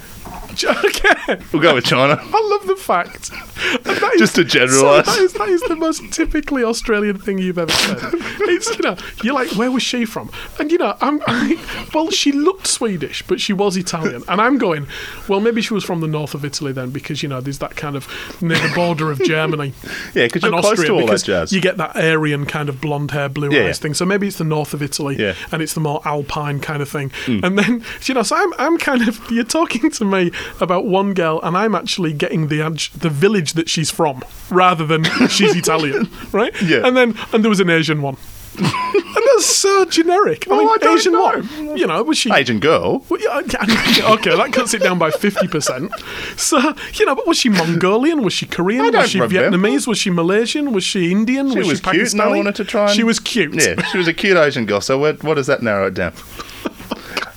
Speaker 4: okay.
Speaker 3: We'll go with China.
Speaker 4: I love the fact. And that is-
Speaker 3: Just to generalise.
Speaker 4: So that, is, that is the most typically Australian thing you've ever said. It's, you know, you're like, where was she from? And, you know, I'm, I, well, she looked Swedish, but she was Italian. And I'm going, well, maybe she was from the north of Italy then, because, you know, there's that kind of near the border of Germany.
Speaker 3: Yeah, 'cause
Speaker 4: and
Speaker 3: you're close
Speaker 4: Austria,
Speaker 3: to all that
Speaker 4: because
Speaker 3: jazz.
Speaker 4: You get that Aryan kind of blonde hair, blue
Speaker 3: Yeah.
Speaker 4: eyes thing. So maybe it's the north of Italy
Speaker 3: Yeah. Hmm.
Speaker 4: and it's the more alpine kind of thing. And then, you know, so I'm, I'm kind of, you're talking to me about one girl, and I'm actually getting the ad- the village that she's from rather than she's Italian, right?
Speaker 3: Yeah.
Speaker 4: And then, and there was an Asian one. and that's so generic. I
Speaker 3: Well,
Speaker 4: mean,
Speaker 3: Oh, I don't
Speaker 4: Asian
Speaker 3: know.
Speaker 4: one. You know, was she.
Speaker 3: Asian girl.
Speaker 4: Well, yeah, okay, okay, that cuts it down by 50%. So, you know, but was she Mongolian? Was she Korean?
Speaker 3: I don't
Speaker 4: was she
Speaker 3: remember.
Speaker 4: Vietnamese? Was she Malaysian? Was she Indian?
Speaker 3: She was, cute, and I
Speaker 4: Pakistani?
Speaker 3: wanted to try. And,
Speaker 4: She was cute.
Speaker 3: Yeah, she was a cute Asian girl. So what, what does that narrow it down?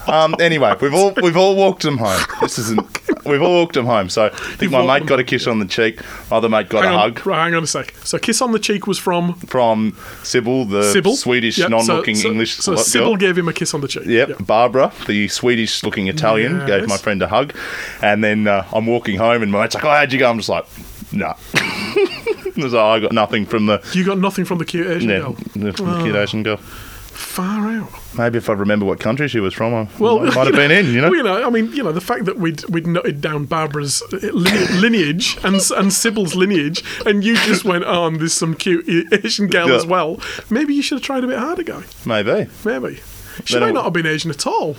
Speaker 3: Um, anyway, we've all we've all walked them home. This isn't. We've all walked them home. So I think
Speaker 4: You've
Speaker 3: my
Speaker 4: walked
Speaker 3: mate
Speaker 4: them
Speaker 3: got a kiss on the cheek. My other mate got
Speaker 4: Hang
Speaker 3: a
Speaker 4: on,
Speaker 3: hug.
Speaker 4: right, hang on a sec. So, Kiss on the Cheek was from
Speaker 3: from Sybil, the
Speaker 4: Sybil.
Speaker 3: Swedish
Speaker 4: Yeah, so-
Speaker 3: non-looking
Speaker 4: so,
Speaker 3: English.
Speaker 4: So,
Speaker 3: lo-
Speaker 4: Sybil
Speaker 3: girl.
Speaker 4: gave him a kiss on the cheek.
Speaker 3: Yep,
Speaker 4: Yeah.
Speaker 3: Barbara, the Swedish-looking Italian, gave
Speaker 4: Yes.
Speaker 3: my friend a hug, and then uh, I'm walking home, and my mate's like, "Oh, how'd you go?" I'm just like, "Nah." I was like, I got nothing from the
Speaker 4: You got nothing from the cute Asian
Speaker 3: yeah,
Speaker 4: girl.
Speaker 3: the cute
Speaker 4: uh,
Speaker 3: Asian girl.
Speaker 4: Far out.
Speaker 3: Maybe if I remember what country she was from, I
Speaker 4: Well,
Speaker 3: might have been in. You know,
Speaker 4: Well, you know, I mean, you know, the fact that we'd we'd noted down Barbara's line- lineage and and Sybil's lineage, and you just went, oh, and there's some cute I- Asian girl
Speaker 3: Yeah.
Speaker 4: as well. Maybe you should have tried a bit harder, guy.
Speaker 3: maybe.
Speaker 4: Maybe she
Speaker 3: Then
Speaker 4: may
Speaker 3: it-
Speaker 4: not have been Asian at all.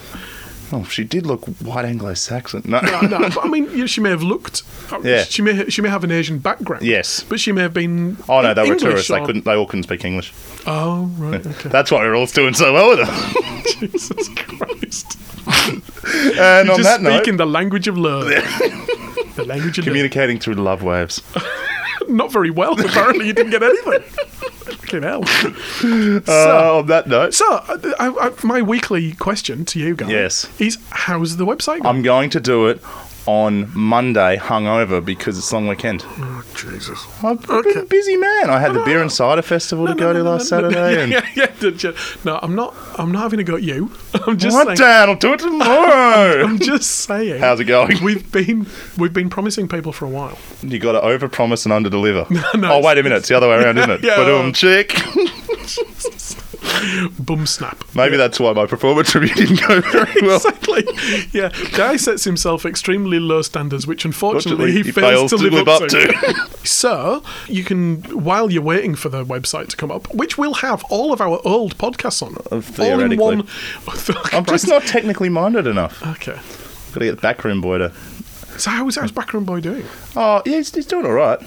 Speaker 3: Oh, she did look white Anglo-Saxon. No,
Speaker 4: No, no, but I mean, yeah, she may have looked. uh,
Speaker 3: Yeah.
Speaker 4: She may she may have an Asian background.
Speaker 3: Yes.
Speaker 4: But she may have been. E,
Speaker 3: Oh no, they
Speaker 4: English
Speaker 3: were tourists. They
Speaker 4: or-
Speaker 3: couldn't. They all couldn't speak English.
Speaker 4: Oh right. Okay.
Speaker 3: That's why we're all doing so well with them.
Speaker 4: Jesus Christ.
Speaker 3: And
Speaker 4: You
Speaker 3: on
Speaker 4: just
Speaker 3: that
Speaker 4: speak
Speaker 3: note,
Speaker 4: in the language of love. the language of love.
Speaker 3: communicating through love waves.
Speaker 4: Not very well. Apparently, you didn't get anything. Fucking hell.
Speaker 3: Uh, on that note,
Speaker 4: So, uh, I, I, my weekly question to you guys
Speaker 3: Yes.
Speaker 4: is how's the website going?
Speaker 3: I'm going to do it on Monday, hungover because it's long weekend.
Speaker 4: oh, Jesus.
Speaker 3: I've been a busy man. I had the beer and cider festival to go to last Saturday. and
Speaker 4: yeah, yeah, yeah. No, I'm not. I'm not having a go at you. I'm just
Speaker 3: what,
Speaker 4: saying.
Speaker 3: Dan? I'll do it tomorrow.
Speaker 4: I'm just saying.
Speaker 3: How's it going?
Speaker 4: We've been we've been promising people for a while.
Speaker 3: You got to overpromise and underdeliver.
Speaker 4: no,
Speaker 3: oh, wait a minute. It's the other way around, isn't it?
Speaker 4: Yeah.
Speaker 3: But um, chick.
Speaker 4: Boom snap.
Speaker 3: Maybe that's why my performance review didn't go very well.
Speaker 4: Exactly. Yeah, Guy sets himself extremely low standards, which unfortunately he,
Speaker 3: Fortunately,
Speaker 4: fails, to live, up, to.
Speaker 3: to.
Speaker 4: so you can, while you're waiting for the website to come up, which will have all of our old podcasts on, all
Speaker 3: Uh, theoretically.
Speaker 4: in one. Oh,
Speaker 3: I'm just not technically minded enough.
Speaker 4: okay.
Speaker 3: Got to get the backroom boy to.
Speaker 4: So how's how's Backroom Boy doing?
Speaker 3: Oh, yeah, he's, he's doing all right.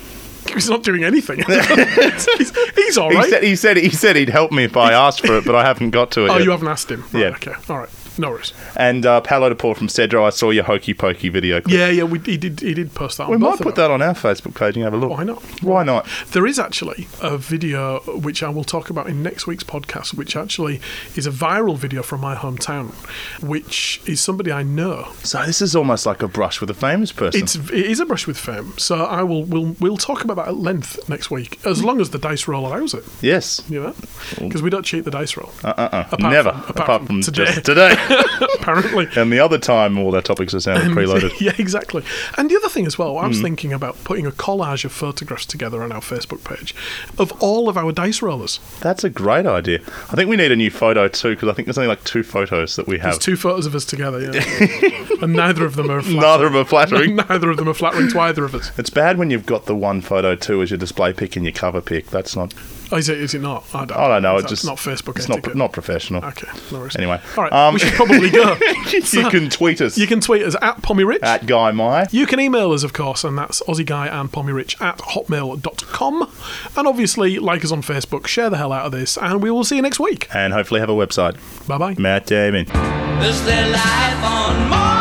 Speaker 4: He's not doing anything. he's, he's all right.
Speaker 3: He said he said he said he'd help me if I asked for it, but I haven't got to it.
Speaker 4: oh,
Speaker 3: yet.
Speaker 4: you haven't asked him. Right,
Speaker 3: Yeah.
Speaker 4: Okay. All right. No worries.
Speaker 3: And uh, Paolo de Paul from Cedro, I saw your hokey pokey video. Clip.
Speaker 4: Yeah, yeah. We, he did. He did post that.
Speaker 3: we
Speaker 4: on
Speaker 3: might
Speaker 4: both of
Speaker 3: put
Speaker 4: them.
Speaker 3: that on our Facebook page and have a look.
Speaker 4: Why not?
Speaker 3: Why not?
Speaker 4: There is actually a video which I will talk about in next week's podcast, which actually is a viral video from my hometown, which is somebody I know.
Speaker 3: So this is almost like a brush with a famous person.
Speaker 4: It's it is a brush with fame, so I will we'll we'll talk about that at length next week, as long as the dice roll allows it.
Speaker 3: yes.
Speaker 4: You know,
Speaker 3: Oh.
Speaker 4: because we don't cheat the dice roll.
Speaker 3: Uh uh uh.
Speaker 4: Apart
Speaker 3: Never.
Speaker 4: from- apart
Speaker 3: apart,
Speaker 4: from
Speaker 3: from,
Speaker 4: today.
Speaker 3: just today.
Speaker 4: Apparently.
Speaker 3: and the other time, all our topics are sounded preloaded.
Speaker 4: yeah, exactly. And the other thing as well, I
Speaker 3: Mm-hmm.
Speaker 4: was thinking about putting a collage of photographs together on our Facebook page of all of our dice rollers.
Speaker 3: That's a great idea. I think we need a new photo too, because I think there's only like two photos that we have.
Speaker 4: There's two photos of us together, yeah. and neither of them are flattering.
Speaker 3: Neither of them are flattering.
Speaker 4: neither of them are flattering to either of us.
Speaker 3: It's bad when you've got the one photo too as your display pic and your cover pic. That's not.
Speaker 4: Oh, is it? Is Oh, it not? I don't.
Speaker 3: I don't know.
Speaker 4: Is
Speaker 3: It's
Speaker 4: that
Speaker 3: just
Speaker 4: not Facebook.
Speaker 3: It's
Speaker 4: etiquette?
Speaker 3: not not professional.
Speaker 4: Okay. No worries.
Speaker 3: Anyway,
Speaker 4: All right.
Speaker 3: um,
Speaker 4: we should probably go.
Speaker 3: you
Speaker 4: So,
Speaker 3: can tweet us
Speaker 4: You can tweet us at Pommy Rich.
Speaker 3: at Guy My.
Speaker 4: you can email us, of course, and that's AussieGuy and PommyRich at hotmail.com. And obviously, like us on Facebook, share the hell out of this, and we will see you next week.
Speaker 3: and hopefully have a website.
Speaker 4: Bye bye.
Speaker 3: Matt Damon.
Speaker 6: Is there life on Mars?